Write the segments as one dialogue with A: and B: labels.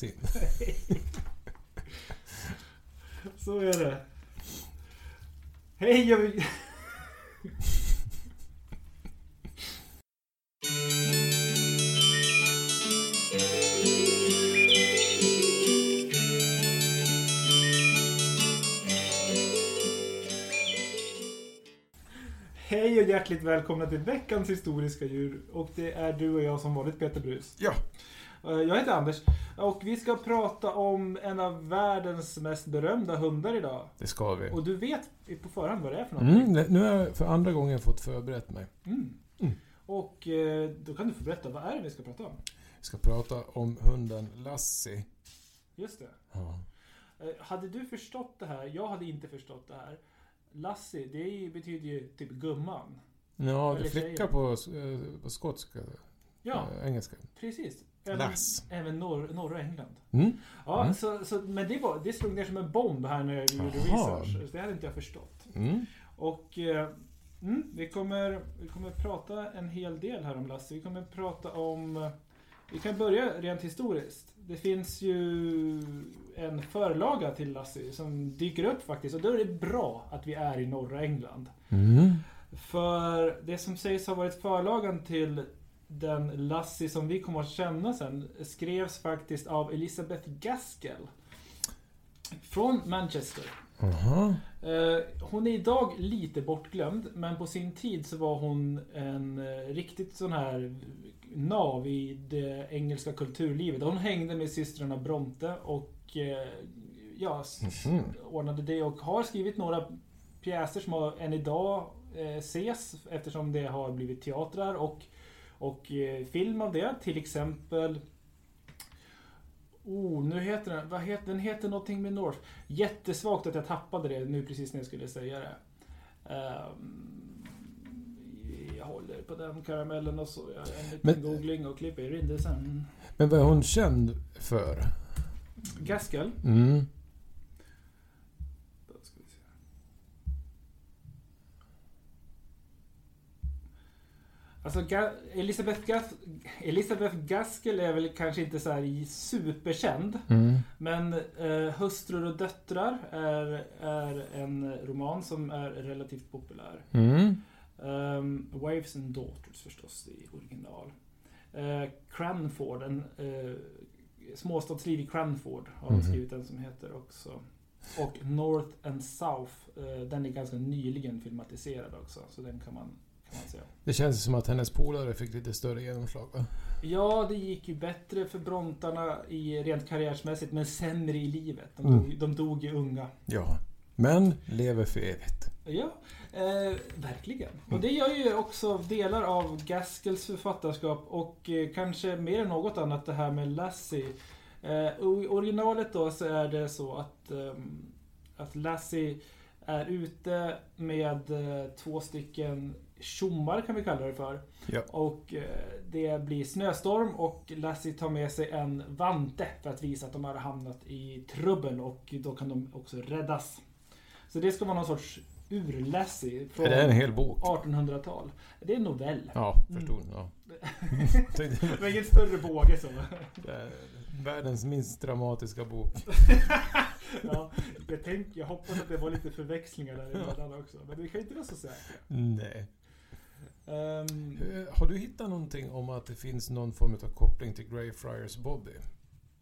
A: in.
B: Så är det. Hej jag vill... Hej och hjärtligt välkomna till veckans historiska djur. Och det är du och jag som vanligt Peter Brus.
A: Ja.
B: Eh, Jag heter Anders och vi ska prata om en av världens mest berömda hundar idag.
A: Det ska vi.
B: Och du vet på förhand vad det är för någonting.
A: Mm, nu har jag för andra gången fått förberett mig.
B: Mm.
A: Mm.
B: Och eh, då kan du få berätta, vad är det vi ska prata om?
A: Vi ska prata om hunden Lassie.
B: Just det.
A: Ja.
B: Eh, Hade du förstått det här? Jag hade inte förstått det här. Lassie, det är ju- betyder ju typ gumman.
A: Ja,
B: Eller
A: det flickar
B: tjejer.
A: på, eh, på skotska.
B: Ja,
A: eh, Engelska.
B: precis. Även,
A: Lass.
B: även norr, norra England.
A: Mm.
B: Ja,
A: Mm.
B: så, så, men det, var, det slog ner som en bomb här när vi gjorde
A: Jaha.
B: research. Så Det hade inte jag förstått.
A: Mm.
B: Och eh, mm, vi, kommer, vi kommer prata en hel del här om Lasse. Vi kommer prata om... eh, Vi kan börja rent historiskt. Det finns ju en förlaga till Lassie som dyker upp faktiskt. Och då är det bra att vi är i norra England.
A: Mm.
B: För det som sägs ha varit förlagan till den Lassie som vi kommer att känna sen skrevs faktiskt av Elizabeth Gaskell. Från Manchester.
A: Aha.
B: Eh, Hon är idag lite bortglömd, men på sin tid så var hon en eh, riktigt sån här nav i det engelska kulturlivet. Hon hängde med systrarna Bronte och eh, ja, s-
A: Mhm.
B: ordnade det och har skrivit några pjäser som har, än idag eh, ses eftersom det har blivit teatrar och, och eh, film av det. Till exempel Oh, nu heter den... Vad heter, den heter någonting med North. Jättesvagt att jag tappade det nu precis när jag skulle säga det. Ehm, jag håller på den karamellen och så. Jag gör en liten
A: Men-
B: googling och klipper in det sen.
A: Men vad är hon känd för?
B: Gaskell.
A: Mm.
B: Då ska vi se. Alltså Ga- Elizabeth, Gas- Elizabeth Gaskell är väl kanske inte så här superkänd.
A: Mm.
B: Men eh, Hustrur och döttrar är, är en roman som är relativt populär.
A: Mm.
B: Ehm, Wives and Daughters förstås i original. Eh, Cranford, en eh, småstadsliv i Cranford har hon
A: Mhm.
B: skrivit en som heter också. Och North and South, eh, den är ganska nyligen filmatiserad också. Så den kan man, kan man se.
A: Det känns som att hennes polare fick lite större genomslag va?
B: Ja, det gick ju bättre för Brontarna i, rent karriärsmässigt men sämre i livet. De,
A: Mm.
B: dog, de dog ju unga.
A: Ja. Men lever för evigt.
B: Ja, eh, verkligen. Och det gör ju också delar av Gaskells författarskap och eh, kanske mer än något annat det här med Lassie. Eh, och I originalet då så är det så att, ehm, att Lassie är ute med eh, två stycken tjommar kan vi kalla det för.
A: Ja.
B: Och eh, det blir snöstorm och Lassie tar med sig en vante för att visa att de har hamnat i trubbel och då kan de också räddas. Så det ska vara någon sorts ur-Lassie från
A: Är det en hel bok?
B: 1800-tal. Det är en novell.
A: Ja, förstod. Ja.
B: Mm.
A: Tänkte-
B: Det var ingen större båge så.
A: Det är Världens minst dramatiska bok.
B: ja, jag, tänkte, jag hoppas att det var lite förväxlingar däremellan också. Men vi kan ju inte vara så säkra.
A: Nej.
B: Ehm,
A: Eh, Har du hittat någonting om att det finns någon form av koppling till Greyfriars Bobby?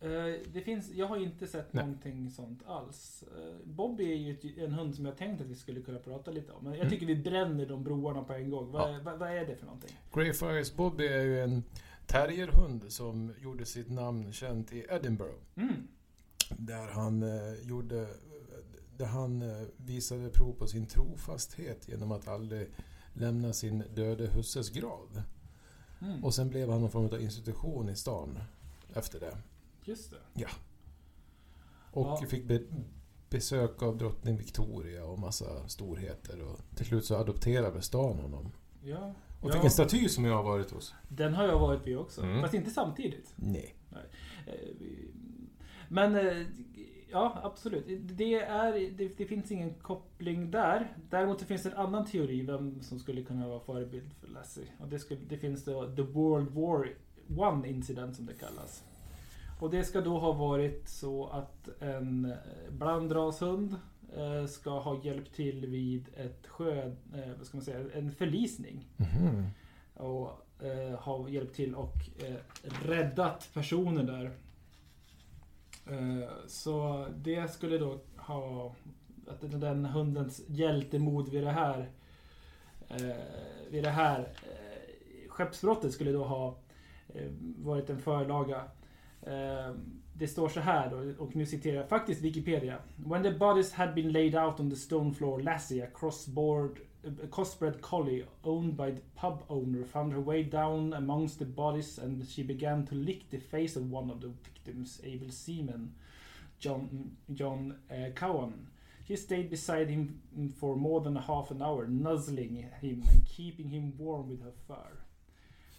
B: Eh, det finns, jag har inte sett
A: Nej.
B: någonting sånt alls. Eh, Bobby är ju ett, en hund som jag tänkt att vi skulle kunna prata lite om. Men jag
A: Mm.
B: tycker vi bränner de broarna på en gång. Vad, vad, vad är det för någonting?
A: Greyfriars Bobby är ju en terrierhund som gjorde sitt namn känt i Edinburgh.
B: Mm.
A: Där han, eh, gjorde, där han eh, visade prov på sin trofasthet genom att aldrig lämna sin döde husses grav.
B: Mm.
A: Och sen blev han någon form av institution i stan efter det.
B: Just det.
A: Och
B: Ja.
A: fick be besök av drottning Victoria och massa storheter. Och till slut så adopterade stan honom.
B: Ja.
A: Och
B: ja.
A: fick en staty som jag har varit hos.
B: Den har jag varit vid också.
A: Mm.
B: Fast inte samtidigt.
A: Nej.
B: Eh, vi- Men eh, ja, absolut. Det, är, det, det finns ingen koppling där. Däremot så finns det en annan teori vem som skulle kunna vara förebild för Lassie. Och det, skulle, det finns då The World War One incident som det kallas. Och det ska då ha varit så att en eh, blandrashund eh, ska ha hjälpt till vid ett sjö, eh, vad ska man säga, en förlisning.
A: Mhm.
B: Och eh, har hjälpt till och eh, räddat personer där. Eh, så det skulle då ha... Att den- den hundens hjältemod vid det här... Eh, vid det här eh, skeppsbrottet skulle då ha eh, varit en förlaga. Eh, det står så här då, och nu citerar jag faktiskt Wikipedia. When the bodies had been laid out on the stone floor, Lassie, a crossboard a crossbred collie owned by the pub owner found her way down amongst the bodies and she began to lick the face of one of the victims, able seaman John, John uh, Cowan. She stayed beside him for more than half an hour, nuzzling him and keeping him warm with her fur.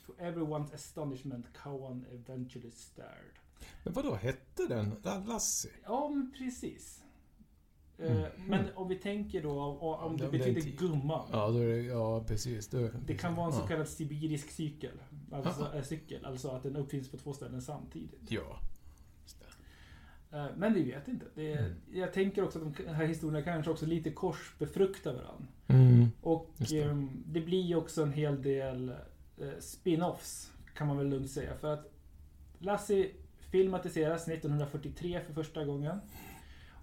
B: To everyone's astonishment, Cowan eventually stirred.
A: Men vad då hette den? La- Lassie?
B: Ja, men precis. Eh,
A: Mhm.
B: Men om vi tänker då om, om det
A: Om det är en
B: betyder
A: ti-
B: gumman.
A: Ja, då är det, ja precis. Då,
B: Det kan vara en så
A: ja.
B: kallad sibirisk cykel. Alltså,
A: Aha.
B: eh, cykel, alltså att den uppfinns på två ställen samtidigt.
A: Ja.
B: Eh, Men vi vet inte. Det är,
A: Mm.
B: jag tänker också att de här historierna kanske också lite korsbefruktar varandra.
A: Mm.
B: Och
A: Just det.
B: det. det blir ju också en hel del eh, spin-offs kan man väl lugnt säga. För att Lassie filmatiseras 1943 för första gången.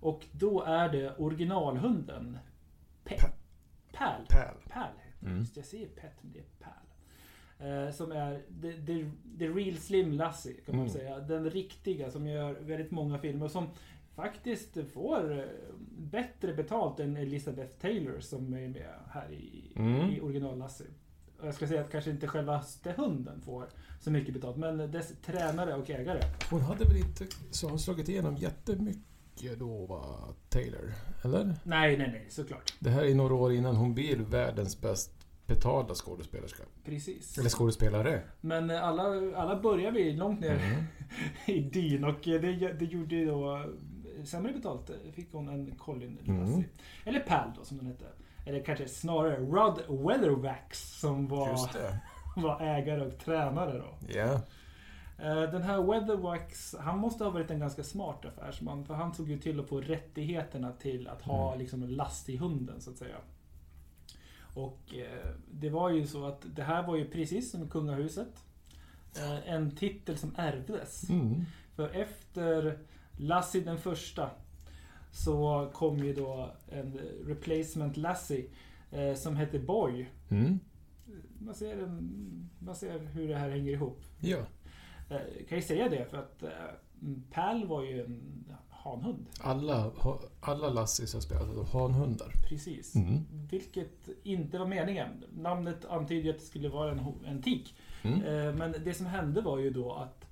B: Och då är det originalhunden Pe-
A: Pa-
B: Pärl.
A: Pärl.
B: Pärl. heter
A: Mm.
B: Just det, jag säger Pet, men det är Pärl. Eh, som är the, the, the real slim Lassie kan man
A: Mm.
B: säga. Den riktiga som gör väldigt många filmer. och Som faktiskt får eh, bättre betalt än Elizabeth Taylor som är med här i,
A: Mm.
B: i original Lassie. Och Jag ska säga att kanske inte självaste hunden får så mycket betalt, men dess tränare och ägare.
A: Hon hade väl inte så hon slagit igenom jättemycket då, va, Taylor? Eller?
B: Nej, nej, nej, såklart.
A: Det här är några år innan hon blir världens bäst betalda skådespelerska.
B: Precis.
A: Eller skådespelare.
B: Men eh, alla, alla börjar vi långt ner
A: Mm.
B: i dyn och eh, det, det gjorde ju då eh, sämre betalt eh, fick hon en Colin
A: Mm.
B: Lassie. Eller Pal då som den hette. Eller kanske snarare Rod Weatherwax som var,
A: Just det.
B: var ägare och tränare då.
A: Ja.
B: Eh, Den här Weatherwax, han måste ha varit en ganska smart affärsman för han såg ju till att få rättigheterna till att ha
A: Mm.
B: liksom en last i hunden så att säga. Och eh, det var ju så att det här var ju precis som kungahuset. eh, En titel som ärvdes.
A: Mm.
B: För efter Lassie den första så kom ju då en replacement Lassie eh, som hette Boy.
A: Mm.
B: Man ser, en, man ser hur det här hänger ihop.
A: Ja.
B: Eh, jag kan ju säga det för att eh, Pal var ju en hanhund.
A: Alla, ha- alla Lassis har spelat av hanhundar.
B: Precis.
A: Mm.
B: Vilket inte var meningen. Namnet antyder ju att det skulle vara en, ho- en tik.
A: Mm.
B: Eh, Men det som hände var ju då att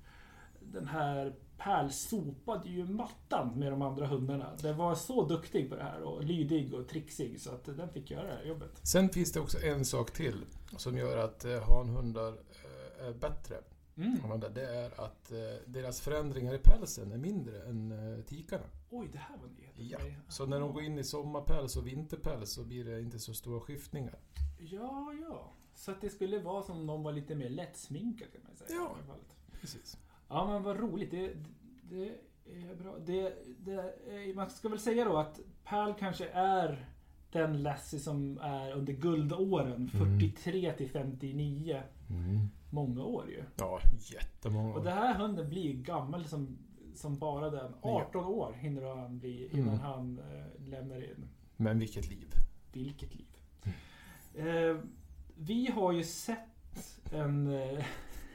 B: den här Pärl sopade ju mattan med de andra hundarna. Den var så duktig på det här och lydig och trixig så att den fick göra det här jobbet.
A: Sen finns det också en sak till som gör att eh, hanhundar eh, är bättre.
B: Mm.
A: än andra. Det är att eh, deras förändringar i pälsen är mindre än eh, tikarna.
B: Oj, det här var nyheter
A: Ja, Så när de går in i sommarpäls och vinterpäls så blir det inte så stora skiftningar.
B: Ja, ja. Så att det skulle vara som om de var lite mer lättsminkade kan man säga.
A: Ja.
B: i alla fall.
A: Precis.
B: Ja, men vad roligt. Det, det är bra. Det, det, är- man ska väl säga då att Pärl kanske är den Lassie som är under guldåren,
A: Mm.
B: 43 till 59. Många år ju.
A: Ja, jättemånga.
B: Och den här hunden blir ju gammal som, som bara den.
A: Ja.
B: 18 år hinner han bli innan
A: Mm.
B: han eh, lämnar in.
A: Men vilket liv.
B: Vilket liv. Eh, vi har ju sett en, eh,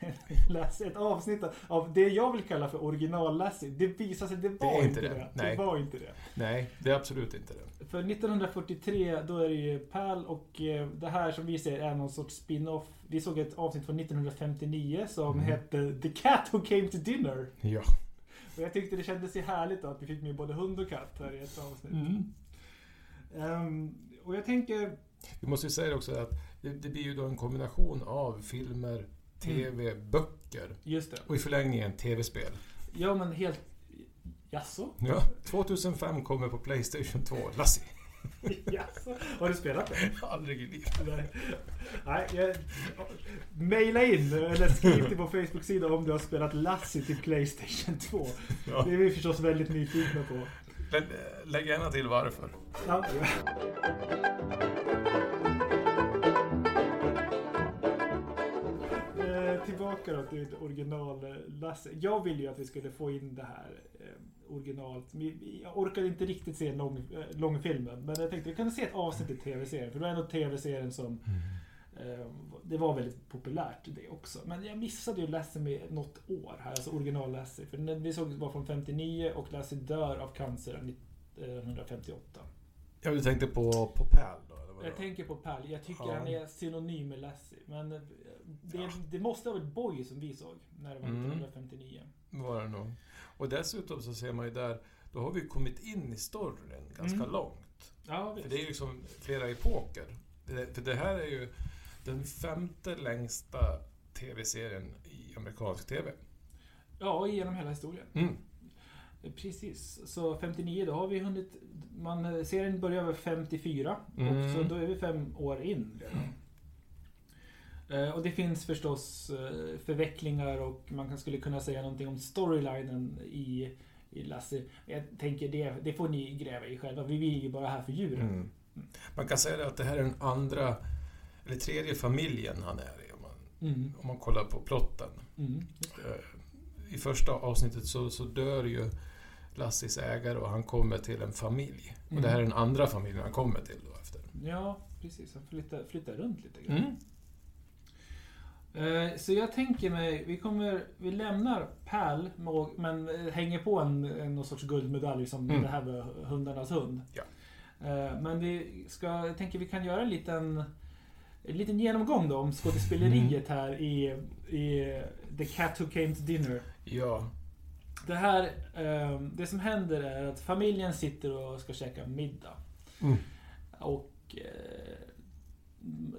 B: Lassie, ett avsnitt av det jag vill kalla för original-Lassie. Det visar sig, det var
A: är inte
B: inte
A: det.
B: det.
A: Nej.
B: det var inte det.
A: Nej, det är absolut inte det.
B: För 1943 då är det ju Pärl och eh, det här som vi ser är någon sorts spin-off. Vi såg ett avsnitt från 1959 som
A: Mm.
B: hette The Cat Who Came to Dinner.
A: Ja.
B: Och jag tyckte det kändes ju härligt då att vi fick med både hund och katt här i ett avsnitt.
A: Mm.
B: Ehm, och jag tänker...
A: Vi måste ju säga det också att det, det blir ju då en kombination av filmer, tv, böcker
B: Just det.
A: och i förlängningen tv-spel.
B: Ja men helt... Jaså?
A: Ja. 2005 kommer på Playstation 2, Lassie.
B: Jaså? Har du spelat det?
A: Aldrig i livet.
B: Nej. Nej, jag... Maila in eller skriv till vår Facebook-sida om du har spelat Lassie till Playstation 2.
A: Ja.
B: Det är vi förstås väldigt nyfikna på.
A: Men, eh, Lägg gärna till varför.
B: Ja. Eh, Tillbaka då till original eh, Lasse. Jag ville ju att vi skulle få in det här eh, originalt. Men Jag orkade inte riktigt se lång, eh, långfilmen. Men jag tänkte vi kan se ett avsnitt i tv-serien. För det var ändå tv-serien som...
A: Mm.
B: eh, Det var väldigt populärt det också. Men jag missade ju Lassie med något år här. Alltså original Lassie. För den vi såg var från 59 och Lassie dör av cancer eh, 1958.
A: Ja, du tänkte på, på Pärl då? Eller vad det
B: Jag
A: var?
B: tänker på Pall. Jag tycker
A: Ja.
B: han är synonym med Lassie. Men eh, det,
A: Ja.
B: det måste ha varit Boy som vi såg när det var
A: Mm.
B: 1959.
A: var det nog. Och dessutom så ser man ju där, då har vi ju kommit in i storyn ganska
B: Mm.
A: långt.
B: Ja,
A: För
B: visst.
A: det är ju liksom flera epoker. Det, för det här är ju den femte längsta TV-serien i amerikansk TV.
B: Ja, och genom hela historien.
A: Mm.
B: Precis. Så 59, då har vi hunnit... Man, eh, serien börjar över 54.
A: Mm.
B: Och så då är vi fem år in redan. Eh, Och det finns förstås eh, förvecklingar och man kan- skulle kunna säga någonting om storylinen i, i Lassie. Jag tänker det, det får ni gräva i själva. Vi vill ju bara här för djuren.
A: Mm. Man kan säga det att det här är den andra, eller tredje familjen han är i. Om man,
B: Mm,
A: om man kollar på plotten.
B: mm.
A: Eh, I första avsnittet så, så dör ju Lassis ägare och han kommer till en familj. Och
B: Mm.
A: det här är den andra familjen han kommer till då efter.
B: Ja, precis. Han flyttar, flyttar runt lite
A: Mm.
B: grann. Eh, Så jag tänker mig, vi, kommer, vi lämnar Pärl med- men eh, hänger på en, en någon sorts guldmedalj som
A: Mm.
B: det här var hundarnas hund.
A: Ja.
B: Eh, Men vi ska, jag tänker vi kan göra en liten, en liten genomgång då om
A: Mm.
B: skådespeleriet här i, i The Cat Who Came to Dinner.
A: Ja.
B: Det här, eh, det som händer är att familjen sitter och ska käka middag.
A: Mm.
B: Och eh,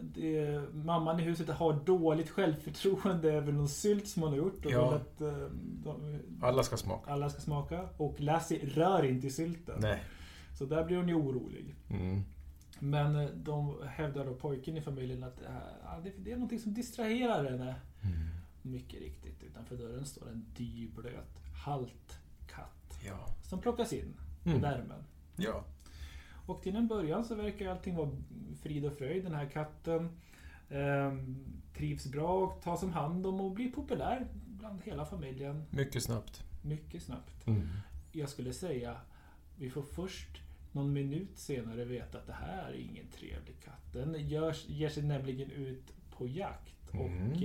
B: det, mamman i huset har dåligt självförtroende över någon sylt som hon har gjort och
A: Ja.
B: vill att eh, de,
A: Alla ska smaka.
B: alla ska smaka. Och Lassie rör inte i sylten.
A: Nej.
B: Så där blir hon ju orolig.
A: Mm.
B: Men eh, de hävdar då pojken i familjen att eh, ja, det, det är någonting som distraherar henne. Mycket riktigt, utanför dörren står en dyblöt, halt katt
A: Ja.
B: som plockas in i
A: Mm.
B: värmen.
A: Ja.
B: Och till en början så verkar allting vara frid och fröjd. Den här katten ehm, trivs bra och tas om hand om och blir populär bland hela familjen
A: Mycket snabbt.
B: mycket snabbt.
A: Mm.
B: Jag skulle säga, vi får först någon minut senare veta att det här är ingen trevlig katt. Den görs, ger sig nämligen ut på jakt
A: Mm.
B: och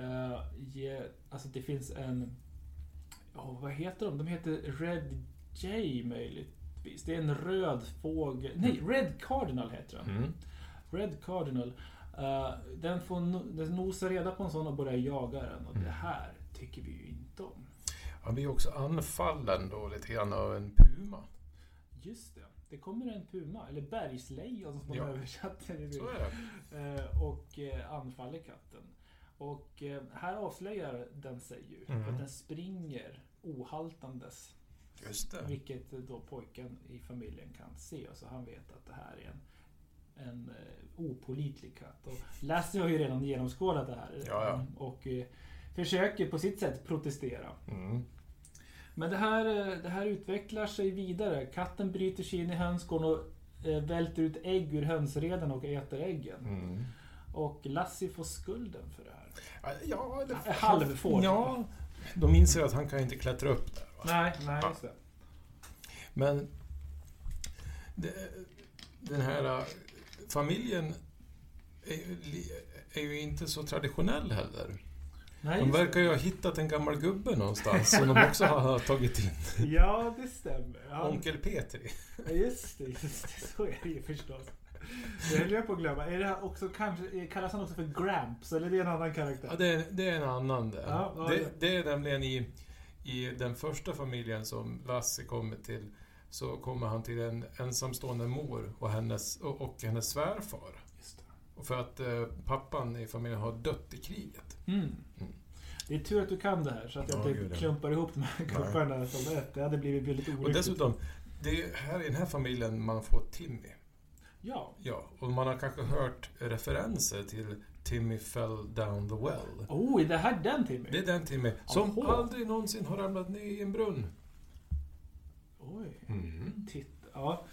B: eh, ge, alltså det finns en, oh, vad heter de? De heter Red Jay möjligtvis. Det är en röd fågel, nej Red Cardinal heter den.
A: Mm.
B: Red Cardinal. eh, den får no, den nosar reda på en sån och börjar jaga den och
A: Mm.
B: det här tycker vi ju inte om.
A: Han blir också anfallen då lite grann av en puma.
B: Just det. Det kommer en puma, eller bergslejon som man
A: Ja.
B: översatte det till.
A: Så är det.
B: Eh, Och eh, anfaller katten. Och eh, här avslöjar den sig ju.
A: Mm.
B: För att den springer ohaltandes.
A: Just det.
B: Vilket eh, då pojken i familjen kan se. Och så han vet att det här är en, en eh, opolitlig katt. Och Lassie har ju redan genomskådat det här.
A: Ja, ja.
B: Och eh, försöker på sitt sätt protestera.
A: Mm.
B: Men det här, eh, det här utvecklar sig vidare. Katten bryter sig in i hönsgården och eh, välter ut ägg ur hönsreden och äter äggen.
A: Mm.
B: Och Lassie får skulden för det här.
A: Ja, eller...
B: Halvfår.
A: Ja. De inser att han kan inte klättra upp där. Va?
B: Nej, nej just det.
A: Men det, den här eh, familjen är ju, li- är ju inte så traditionell heller.
B: Nej,
A: De
B: just
A: verkar ju ha hittat en gammal gubbe någonstans som de också har tagit in.
B: det. Ja, det stämmer. Han,
A: Onkel Petri.
B: ja, just det, just det. Så är det ju förstås. Det höll jag på att glömma. Är det här också, kanske, kallas han också för Gramps? Eller är det en annan karaktär?
A: Ja, det, är, det är en annan där.
B: Ja, ja, ja.
A: det, det är nämligen i, i den första familjen som Lasse kommer till så kommer han till en ensamstående mor och hennes, och, och hennes svärfar.
B: Just det.
A: Och För att eh, pappan i familjen har dött i kriget.
B: Mm.
A: Mm.
B: Det är tur att du kan det här så att jag typ
A: Ja,
B: inte
A: gud, ja.
B: klumpar ihop de här gubbarna som ett. Det hade blivit väldigt
A: Och
B: olyckligt.
A: dessutom, Det är här i den här familjen man får Timmy.
B: Ja.
A: Ja, och man har kanske hört referenser till Timmy fell down the well.
B: Oh, är det här den Timmy?
A: Det är den Timmy som
B: Jaha.
A: aldrig någonsin har ramlat ner i en brunn.
B: Oj.
A: Mm.
B: Titta. Ja.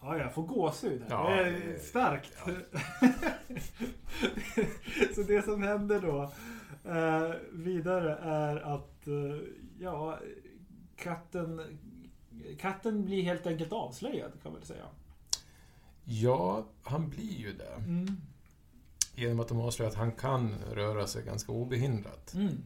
B: ja, jag får gåshud här.
A: Ja,
B: det
A: det-
B: är starkt. så det som händer då eh, vidare är att eh, ja, katten, katten blir helt enkelt avslöjad kan man väl säga.
A: Ja, han blir ju det.
B: Mm.
A: Genom att de avslöjar att han kan röra sig ganska obehindrat.
B: Mm.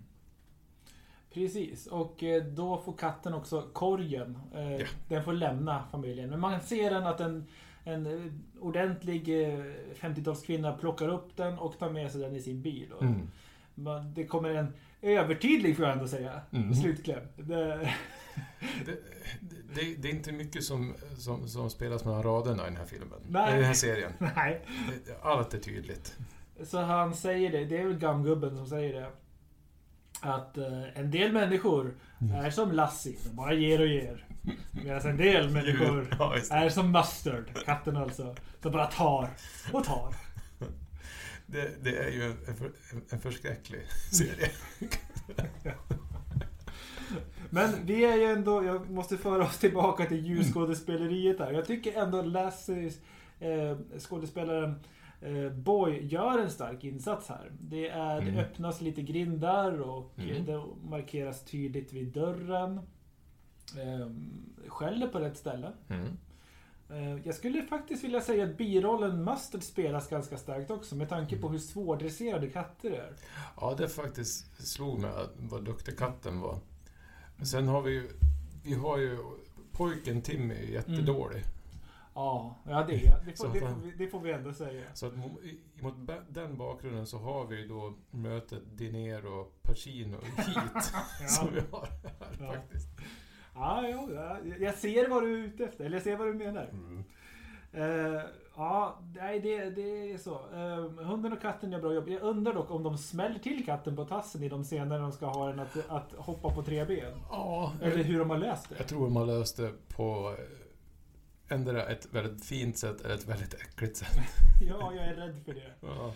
B: Precis, och eh, då får katten också korgen. Eh,
A: Ja.
B: Den får lämna familjen. Men man ser den att en, en eh, ordentlig eh, 50-talskvinna plockar upp den och tar med sig den i sin bil. Och
A: Mm.
B: man, det kommer en övertydlig, får jag ändå säga,
A: Mm.
B: slutkläm. Det,
A: Det, det, det är inte mycket som, som, som spelas mellan raderna i den här filmen.
B: Nej.
A: I den här serien.
B: nej.
A: Det- Allt är tydligt.
B: Så han säger det, det är väl gammgubben som säger det. Att eh, en del människor
A: Mm.
B: är som Lassie, de bara ger och ger. Medan en del människor
A: Ja, just det.
B: Är som mustard, katten alltså. Som bara tar och tar.
A: Det, det är ju en, en, för- en- en förskräcklig serie.
B: Men vi är ju ändå, jag måste föra oss tillbaka till ljusskådespeleriet där. Jag tycker ändå Lassie, eh, skådespelaren eh, Boy, gör en stark insats här. Det, är,
A: Mm.
B: det öppnas lite grindar och
A: Mm.
B: eh, det markeras tydligt vid dörren. Eh, skäller på rätt ställe.
A: Mm.
B: Eh, Jag skulle faktiskt vilja säga att birollen Mustard spelas ganska starkt också med tanke
A: Mm.
B: på hur svårdresserade katter är.
A: Ja, det faktiskt slog mig att vad duktig katten var. Sen har vi ju... Vi har ju... Pojken Timmy är jättedålig.
B: Mm. Ja, ja det, är- det,
A: Så
B: får,
A: att
B: det,
A: han-
B: får vi, det får vi ändå säga.
A: Så att mo- i- mot ba- den bakgrunden så har vi ju då mötet De Niro, Pacino hit.
B: Ja,
A: som vi har här
B: Ja.
A: faktiskt.
B: ja, ja, ja, jag ser vad du är ute efter, eller jag ser vad du menar. Eh, ja, nej, det, det är så. Eh, hunden och katten gör bra jobb. Jag undrar dock om de smäller till katten på tassen i de scener de ska ha den att, att hoppa på tre ben.
A: Ja, eh,
B: Eller hur de har löst det.
A: jag tror de har löst det på eh, ändra ett väldigt fint sätt eller ett väldigt äckligt sätt.
B: Ja, jag är rädd för det.
A: Ja.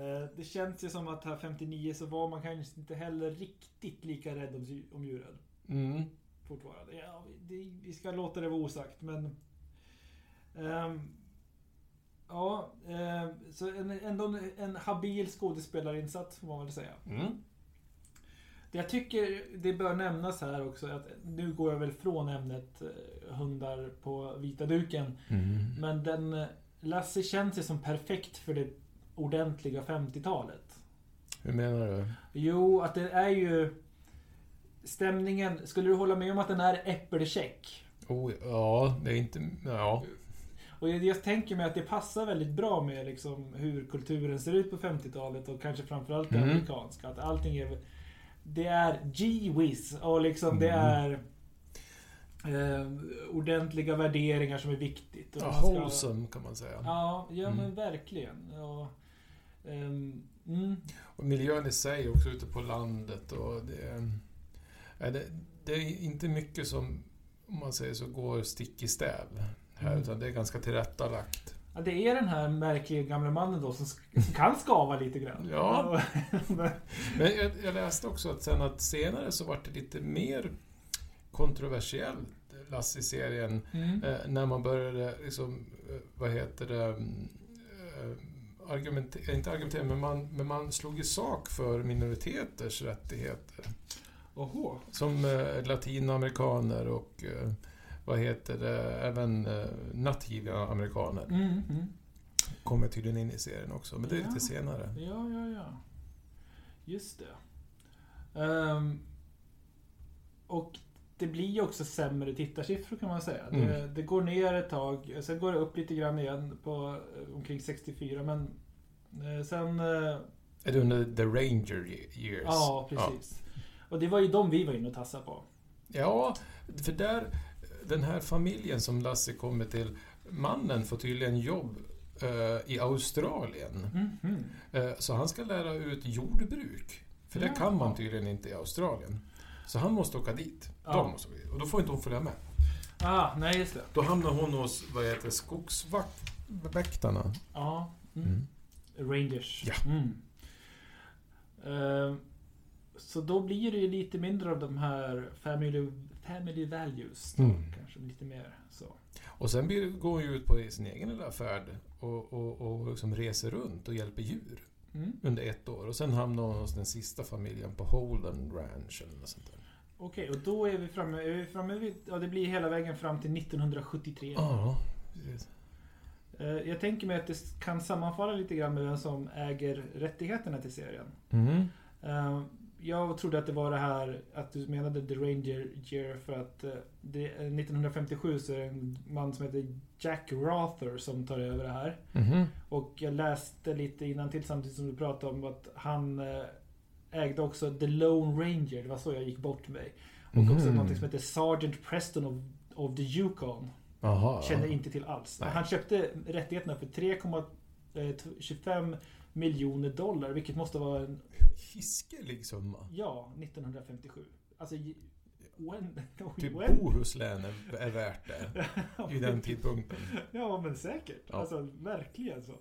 B: Eh, det känns ju som att här 59 så var man kanske inte heller riktigt lika rädd om, dju- om djuren.
A: Mm.
B: fortfarande. Ja, det, vi ska låta det vara osagt men... Ehm, ja, ehm, så en, ändå en, en habil skådespelarinsats får man väl säga.
A: Mm.
B: Det jag tycker det bör nämnas här också att nu går jag väl från ämnet eh, hundar på vita duken.
A: Mm.
B: Men den eh, Lasse känns ju som perfekt för det ordentliga 50-talet.
A: Hur menar du?
B: Jo, att det är ju... Stämningen, skulle du hålla med om att den är äppelcheck?
A: Oh, ja, det är inte... Ja.
B: Och jag, jag tänker mig att det passar väldigt bra med liksom hur kulturen ser ut på 50-talet och kanske framförallt det
A: Mm.
B: amerikanska. Att allting är... Det är G-whiz och liksom det
A: Mm.
B: är eh, ordentliga värderingar som är viktigt. Och
A: Ja,
B: man ska-
A: Wholesome kan man säga.
B: Ja, ja men
A: Mm.
B: verkligen. Och, ehm, mm,
A: Och miljön i sig också ute på landet och det... Ja, det, det är inte mycket som, om man säger så, går stick i stäv här
B: Mm.
A: utan det är ganska tillrättalagt.
B: ja, det är den här märkliga gamla mannen då som, sk- som kan skava lite grann.
A: Ja.
B: Men-
A: Men jag, jag läste också att sen att senare så vart det lite mer kontroversiellt, Lassie-serien,
B: mm.
A: eh, när man började liksom, eh, vad heter det, mm, eh, argumentera, inte argumentera, men man, men man slog i sak för minoriteters rättigheter.
B: Oho.
A: Som eh, latinamerikaner och eh, vad heter det, även eh, nativa amerikaner
B: Mm, mm.
A: kommer tydligen in i serien också, men det är
B: Ja.
A: lite senare.
B: Ja, ja, ja. Just det. Ehm, och det blir ju också sämre tittarsiffror kan man säga. Det,
A: Mm.
B: det går ner ett tag, sen går det upp lite grann igen på eh, omkring 64 men eh, sen... eh,
A: Är det under The Ranger ye- years?
B: Ja, precis. Och det var ju de vi var inne och tassade på.
A: Ja, för där, den här familjen som Lasse kommer till, mannen får tydligen jobb eh, i Australien.
B: Mhm.
A: Eh, så han ska lära ut jordbruk. För det
B: Ja.
A: kan man tydligen inte i Australien. Så han måste åka dit.
B: Ja.
A: De måste åka dit. Och då får inte hon följa med.
B: Ah, nej just det.
A: Då hamnar hon hos, vad heter det, skogsväktarna.
B: Ja. Mm.
A: Mm.
B: Rangers.
A: Ja.
B: Mm. Eh, så då blir det ju lite mindre av de här family, family values. Då,
A: Mm.
B: Kanske lite mer så.
A: Och sen blir, går hon ju ut på sin egen lilla färd och, och, och liksom reser runt och hjälper djur
B: Mm.
A: under ett år. Och sen hamnar hon hos den sista familjen på Holden Ranch eller något sånt där.
B: Okej, och då är vi framme, är vi framme vid, ja det blir hela vägen fram till 1973.
A: Ja, precis.
B: Eh, jag tänker mig att det kan sammanfalla lite grann med vem som äger rättigheterna till serien.
A: Mm.
B: Eh, jag trodde att det var det här att du menade The Ranger Year för att eh, det, eh, 1957 så är det en man som heter Jack Rother som tar över det här.
A: Mhm.
B: Och jag läste lite innan till samtidigt som du pratade om att han eh, ägde också The Lone Ranger. Det var så jag gick bort mig. Och också
A: Mhm.
B: någonting som heter Sergeant Preston of, of the Yukon.
A: Jaha.
B: Känner inte till alls.
A: Nej.
B: Han köpte rättigheterna för 3,25 miljoner dollar. Vilket måste vara en,
A: Hiskelig summa.
B: ja, 1957. Alltså, j- oänd-
A: Typ
B: oänd-
A: Bohus län är, är värt det vid den tidpunkten.
B: Ja, men säkert.
A: Ja.
B: Alltså, verkligen så.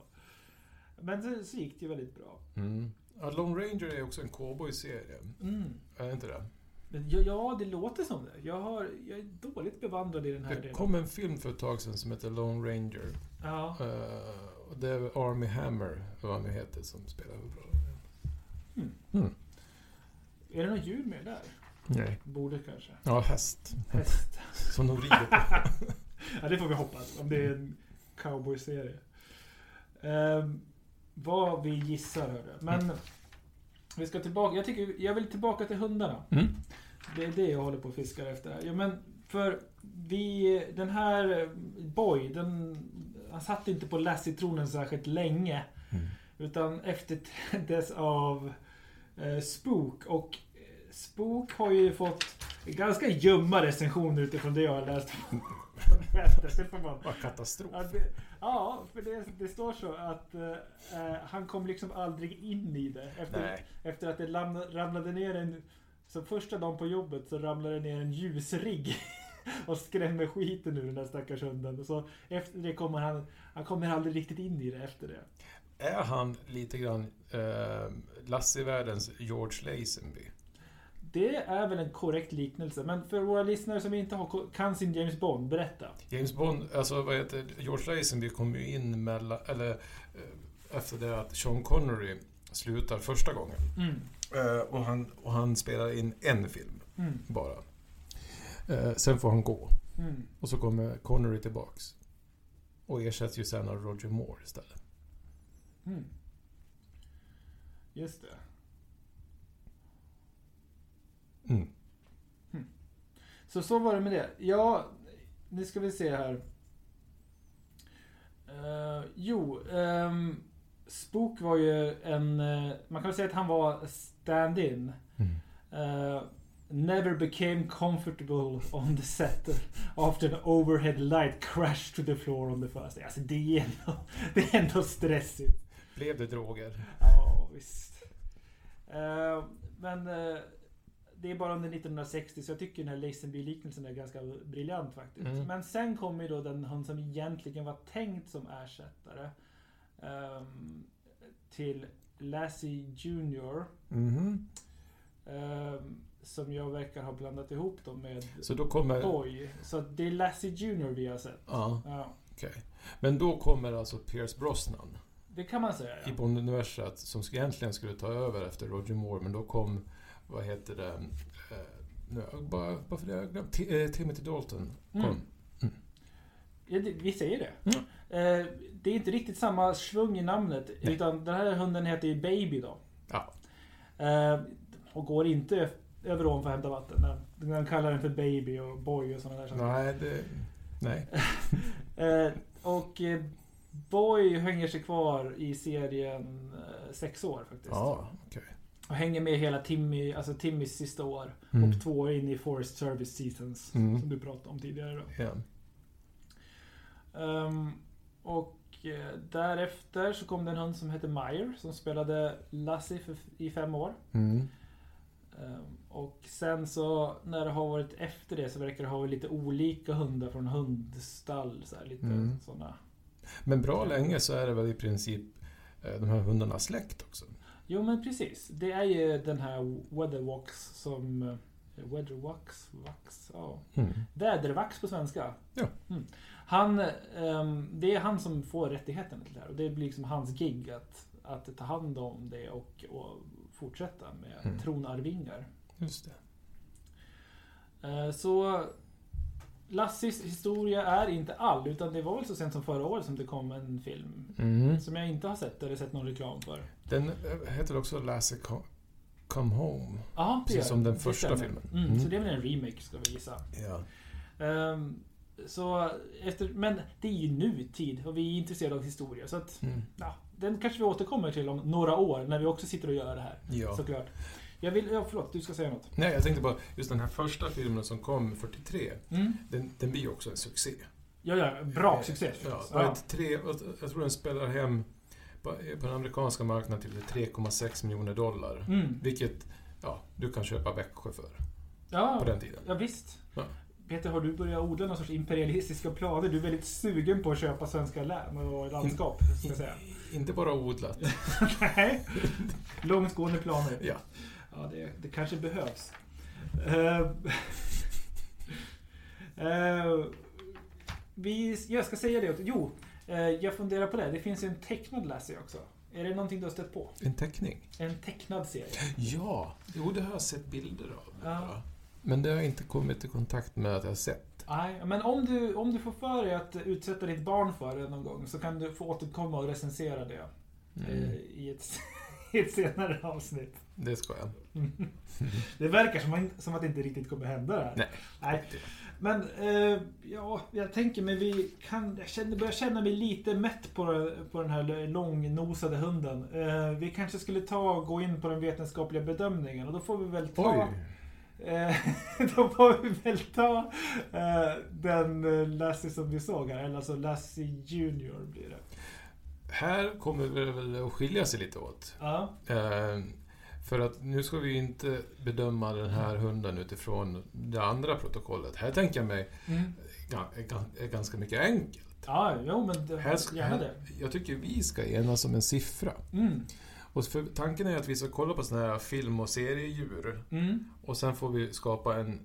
B: Men så, så gick det ju väldigt bra.
A: Mm. Ja, Lone Ranger är också en cowboyserie.
B: Mm.
A: Är det inte det?
B: Men ja, ja, det låter som det. Jag, har, jag är dåligt bevandrad i den här
A: Det
B: delen.
A: kom en film för ett tag sedan som heter Lone Ranger.
B: Ja.
A: Eh, och det är Army Hammer, vad han nu heter, som spelar huvudrollen.
B: Är det något djur med där?
A: Nej.
B: Borde kanske.
A: Ja, häst.
B: Häst.
A: Som de rider på.
B: ja, det får vi hoppas. Om det är en cowboyserie. Ehm, vad vi gissar, hörru. Men
A: Mm.
B: vi ska tillbaka. Jag, tycker, jag vill tillbaka till hundarna.
A: Mm.
B: Det är det jag håller på och fiskar efter. här. Ja, men för vi, den här eh, Boy, den, han satt inte på läscitronen särskilt länge.
A: Mm.
B: Utan efterträddes av eh, Spook. Och eh, Spook har ju fått ganska ljumma recensioner utifrån det jag har läst. Det får man-
A: Vad katastrof.
B: Ja, det- Ja, för det, det står så att eh, han kom liksom aldrig in i det. Efter,
A: Nej.
B: efter att det lam- ramlade ner en... Så första dagen på jobbet så ramlade det ner en ljusrigg och skrämmer skiten ur den där stackars hunden. Och så efter det kommer han... Han kommer aldrig riktigt in i det efter det.
A: Är han lite grann eh, Lassevärldens George Lazenby?
B: Det är väl en korrekt liknelse, men för våra lyssnare som inte har, ko- kan sin James Bond, berätta.
A: James Bond, alltså vad heter det? George Lazenby kom ju in mellan, eller eh, efter det att Sean Connery slutar första gången.
B: Mm.
A: Eh, och, han, och han spelar in en film
B: Mm.
A: bara. Eh, sen får han gå.
B: Mm.
A: Och så kommer Connery tillbaks. Och ersätts ju sen av Roger Moore istället.
B: Mm. Just det.
A: Mm.
B: Så så var det med det. Ja, nu ska vi se här. Eh, jo, ehm, Spook var ju en... eh, man kan väl säga att han var stand-in. Eh, never became comfortable on the set after an overhead light crashed to the floor on the first day. Alltså det är ändå, det är ändå stressigt.
A: Blev det droger?
B: Ja, visst. Eh, men eh, det är bara under 1960 så jag tycker den här Lazenby-liknelsen är ganska briljant faktiskt.
A: Mm.
B: Men sen kommer ju då den hund som egentligen var tänkt som ersättare ehm, till Lassie Junior.
A: Mhm.
B: ehm, som jag verkar ha blandat ihop dem med
A: Så då kommer...
B: Boy. Så det är Lassie Junior vi har sett.
A: Ja,
B: Ja,
A: okej. Men då kommer alltså Pierce Brosnan
B: det kan man säga.
A: i
B: Ja.
A: Bond-universet som sk- egentligen skulle ta över efter Roger Moore, men då kom, vad heter det, eh, nu har jag bara, bara för det har jag glömt, T- eh, Timothy Dalton kom.
B: Mm. Ja, det, vi säger det.
A: Mm.
B: Eh, det är inte riktigt samma svung i namnet.
A: Nej.
B: Utan den här hunden heter ju Baby då.
A: Ja.
B: Eh, och går inte ö- över ån för att hämta vatten. Den, den kallar den för Baby och Boy och sådana där saker.
A: Nej, det... Nej.
B: Eh, och eh, Boy hänger sig kvar i serien eh, sex år faktiskt.
A: Ja, okej.
B: Och hänger med hela Timmy, alltså Timmys sista år.
A: Mm.
B: Och två år in i Forest Service Seasons.
A: Mm.
B: Som du pratade om tidigare då.
A: Ja.
B: Ehm, och eh, därefter så kom det en hund som hette Meyer som spelade Lassie för, i fem år.
A: Mm.
B: Ehm, Och sen så när det har varit efter det så verkar det ha varit lite olika hundar från hundstall. Så här, lite
A: Mm.
B: såna.
A: Men bra länge så är det väl i princip eh, de här hundarna släkt också?
B: Jo men precis. Det är ju den här Weatherwax som... eh, Weatherwax? Wax? Ja.
A: Mm.
B: Vädervax på svenska.
A: Ja.
B: Mm. Han, ehm, det är han som får rättigheten till det här. Och det blir liksom hans gig att, att ta hand om det och, och fortsätta med
A: Mm.
B: tronarvingar.
A: Just det.
B: Eh, Så Lassis historia är inte all, utan det var väl så sent som förra året som det kom en film.
A: Mm.
B: Som jag inte har sett eller sett någon reklam för.
A: Den eh, heter också Lasse Co- Come Home.
B: Ja, det
A: Precis
B: gör
A: som den
B: det
A: första
B: stämmer.
A: filmen.
B: Mm,
A: Mm.
B: Så det är väl en remake, ska vi gissa.
A: Ja.
B: Ehm, så efter, men det är ju nutid och vi är intresserade av historia. Så att,
A: Mm.
B: ja, den kanske vi återkommer till om några år när vi också sitter och gör det här.
A: ja.
B: Såklart. Jag vill, ja, förlåt, du ska säga något.
A: Nej, jag tänkte bara, just den här första filmen som kom 43,
B: Mm.
A: den, den blir ju också en succé.
B: Ja, ja, bra
A: Eh,
B: succé.
A: Ja,
B: förstås.
A: och ett tre, och jag tror den spelar hem på, på den amerikanska marknaden till 3,6 miljoner dollar.
B: Mm.
A: Vilket ja, du kan köpa Växjö för
B: ja.
A: på den tiden.
B: Ja visst.
A: Ja.
B: Peter, har du börjat odla någon sorts imperialistiska planer? Du är väldigt sugen på att köpa svenska län och landskap, ska jag säga.
A: Inte bara odlat.
B: Nej. Långtgående planer.
A: Ja.
B: Ja, det, det kanske behövs. Eh, eh, vi, jag ska säga det åt... Jo, eh, jag funderar på det. Det finns ju en tecknad Lassie också. Är det någonting du har stött på?
A: En teckning?
B: En tecknad serie?
A: Ja, jo det har jag sett bilder av.
B: Ja.
A: Men det har jag inte kommit i kontakt med att jag har sett.
B: Nej, men om du, om du får för dig att utsätta ditt barn för det någon gång så kan du få återkomma och recensera det. eh,
A: Mm.
B: i, ett, i ett senare avsnitt.
A: Det ska jag.
B: Det verkar som, man- som att det inte riktigt kommer hända det här.
A: Nej.
B: Men eh, ja, jag tänker mig vi kan... Jag känner, börjar känna mig lite mätt på, på den här långnosade hunden. Eh, vi kanske skulle ta och gå in på den vetenskapliga bedömningen och då får vi väl ta...
A: Oj!
B: Eh, då får vi väl ta eh, den eh, Lassie som vi såg här, eller alltså Lassie Junior blir det.
A: Här kommer det väl att skilja sig lite åt.
B: Ja.
A: Eh, För att nu ska vi ju inte bedöma den här hunden utifrån det andra protokollet. Här tänker jag mig
B: Mm.
A: ga- är ga- är ganska mycket enkelt.
B: Ja, jo men det,
A: Här ska,
B: gärna
A: här,
B: det.
A: jag tycker vi ska enas om en siffra.
B: Mm.
A: Och för tanken är att vi ska kolla på såna här film och seriedjur
B: Mm.
A: och sen får vi skapa en,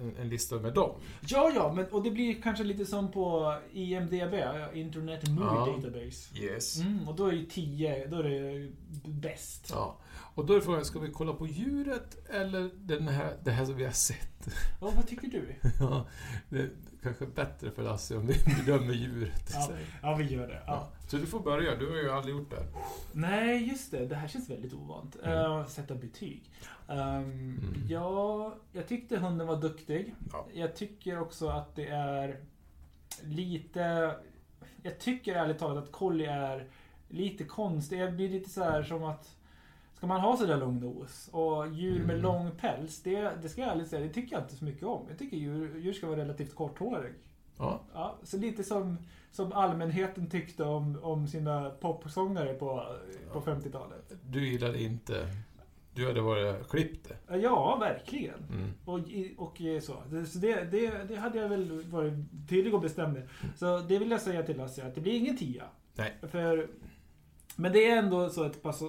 A: en, en lista med dem.
B: Ja, ja, men, och det blir kanske lite som på IMDB, Internet Movie
A: Ja.
B: Database.
A: Yes.
B: Mm, och då är ju 10, då är det bäst.
A: Ja. Och då är frågan, ska vi kolla på djuret eller den här, det här som vi har sett?
B: Ja, vad tycker du?
A: Ja, det är kanske bättre för Lasse om vi bedömer djuret.
B: Ja. Ja, vi gör det. Ja.
A: Ja. Så du får börja, du har ju aldrig gjort det.
B: Nej, just det. Det här känns väldigt ovant.
A: Mm.
B: Eh, sätta betyg. Ehm,
A: Mm.
B: Ja, jag tyckte hunden var duktig.
A: Ja.
B: Jag tycker också att det är lite... Jag tycker ärligt talat att Collie är lite konstig. Jag blir lite så här som att... Ska man ha sådär lång nos? Och djur med
A: Mm.
B: lång päls, det, det ska jag ärligt säga, det tycker jag inte så mycket om. Jag tycker djur, djur ska vara relativt korthårig.
A: Ja.
B: Ja, så lite som, som allmänheten tyckte om, om sina popsångare på, på 50-talet.
A: Du gillade inte... Du hade varit klippt det.
B: Ja, verkligen.
A: Mm.
B: Och, och eh, så. Det- Så det, det, det hade jag väl varit tydlig och bestämd med. Så det vill jag säga till Lasse, att det blir ingen tia.
A: Nej.
B: För, men det är ändå så ett pass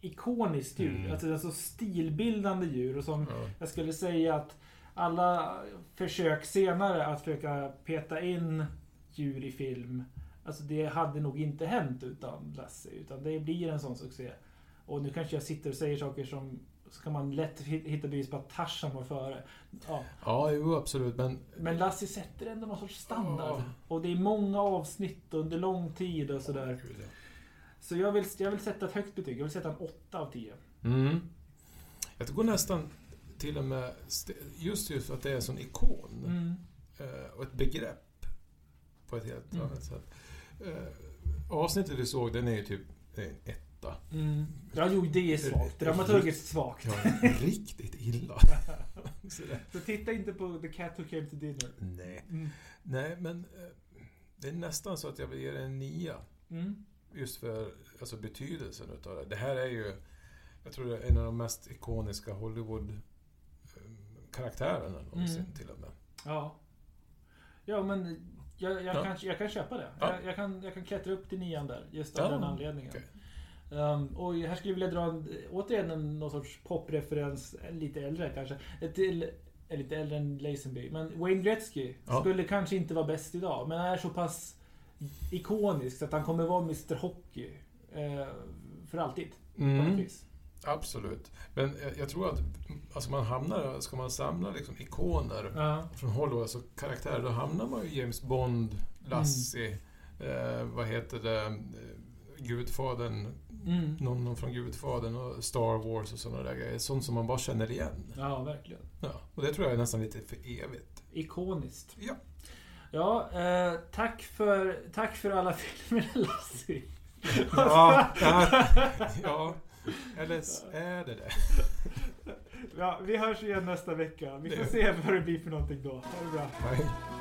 B: ikoniskt djur.
A: Mm.
B: Alltså det är så stilbildande djur och som
A: Ja.
B: jag skulle säga att alla försök senare att försöka peta in djur i film, alltså det hade nog inte hänt utan Lasse. Utan det blir en sån succé. Och nu kanske jag sitter och säger saker som så kan man lätt hit- hitta bevis på att Tarzan var före. Ja.
A: ja, jo absolut, men...
B: Men Lassie sätter ändå någon sorts standard.
A: Ja.
B: Och det är många avsnitt under lång tid och sådär.
A: Gud, ja.
B: Så jag vill, jag vill sätta ett högt betyg. Jag vill sätta en 8 av 10.
A: Mm. Jag går nästan till och med... st- Just just för att det är en sån ikon.
B: Mm.
A: eh, Och ett begrepp. På ett helt
B: Mm.
A: annat sätt. Eh, Avsnittet vi såg, den är ju typ en etta.
B: Mm. Ja, jo, det är svagt. Dramaturgiskt svagt.
A: Ja, riktigt illa. Sådär.
B: Så titta inte på The Cat Who Came to Dinner.
A: Nej.
B: Mm.
A: Nej, men... eh, Det är nästan så att jag vill ge den en nia.
B: Mm.
A: just för alltså, betydelsen utav det. Det här är ju, jag tror det är en av de mest ikoniska Hollywood karaktären än någonsin
B: Mm.
A: till och med.
B: Ja. Ja, men jag, jag,
A: Ja.
B: Kan, jag kan köpa det.
A: Ja.
B: Jag, jag, kan, jag kan klättra upp till nian där, just av
A: Ja,
B: den anledningen.
A: okej.
B: Ehm, och här skulle jag vilja dra en, återigen en, någon sorts popreferens, en lite äldre kanske. Ett Till, eller lite äldre än Lazenby, men Wayne Gretzky
A: Ja.
B: skulle kanske inte vara bäst idag, men är så pass ikonisk så att han kommer vara Mr Hockey. eh, för alltid, på något
A: Mm.
B: vis.
A: Absolut. Men jag, jag tror att alltså man hamnar, ska man samla liksom ikoner
B: Ja.
A: från Hollywood, alltså karaktärer, då hamnar man ju James Bond, Lassie, eh, vad heter det, eh, Gudfadern,
B: Mm.
A: någon, någon från Gudfadern och Star Wars och sådana där grejer. Sånt som man bara känner igen.
B: ja, verkligen.
A: Ja, och det tror jag är nästan lite för evigt.
B: Ikoniskt.
A: Ja.
B: Ja, eh, tack, för, tack för alla filmer Lassie.
A: Ja, ja, ja. eller s- är det det?
B: Ja, vi hörs igen nästa vecka. Vi
A: Det
B: får
A: gör
B: se vad det blir för någonting då. Ha det bra.
A: Nej.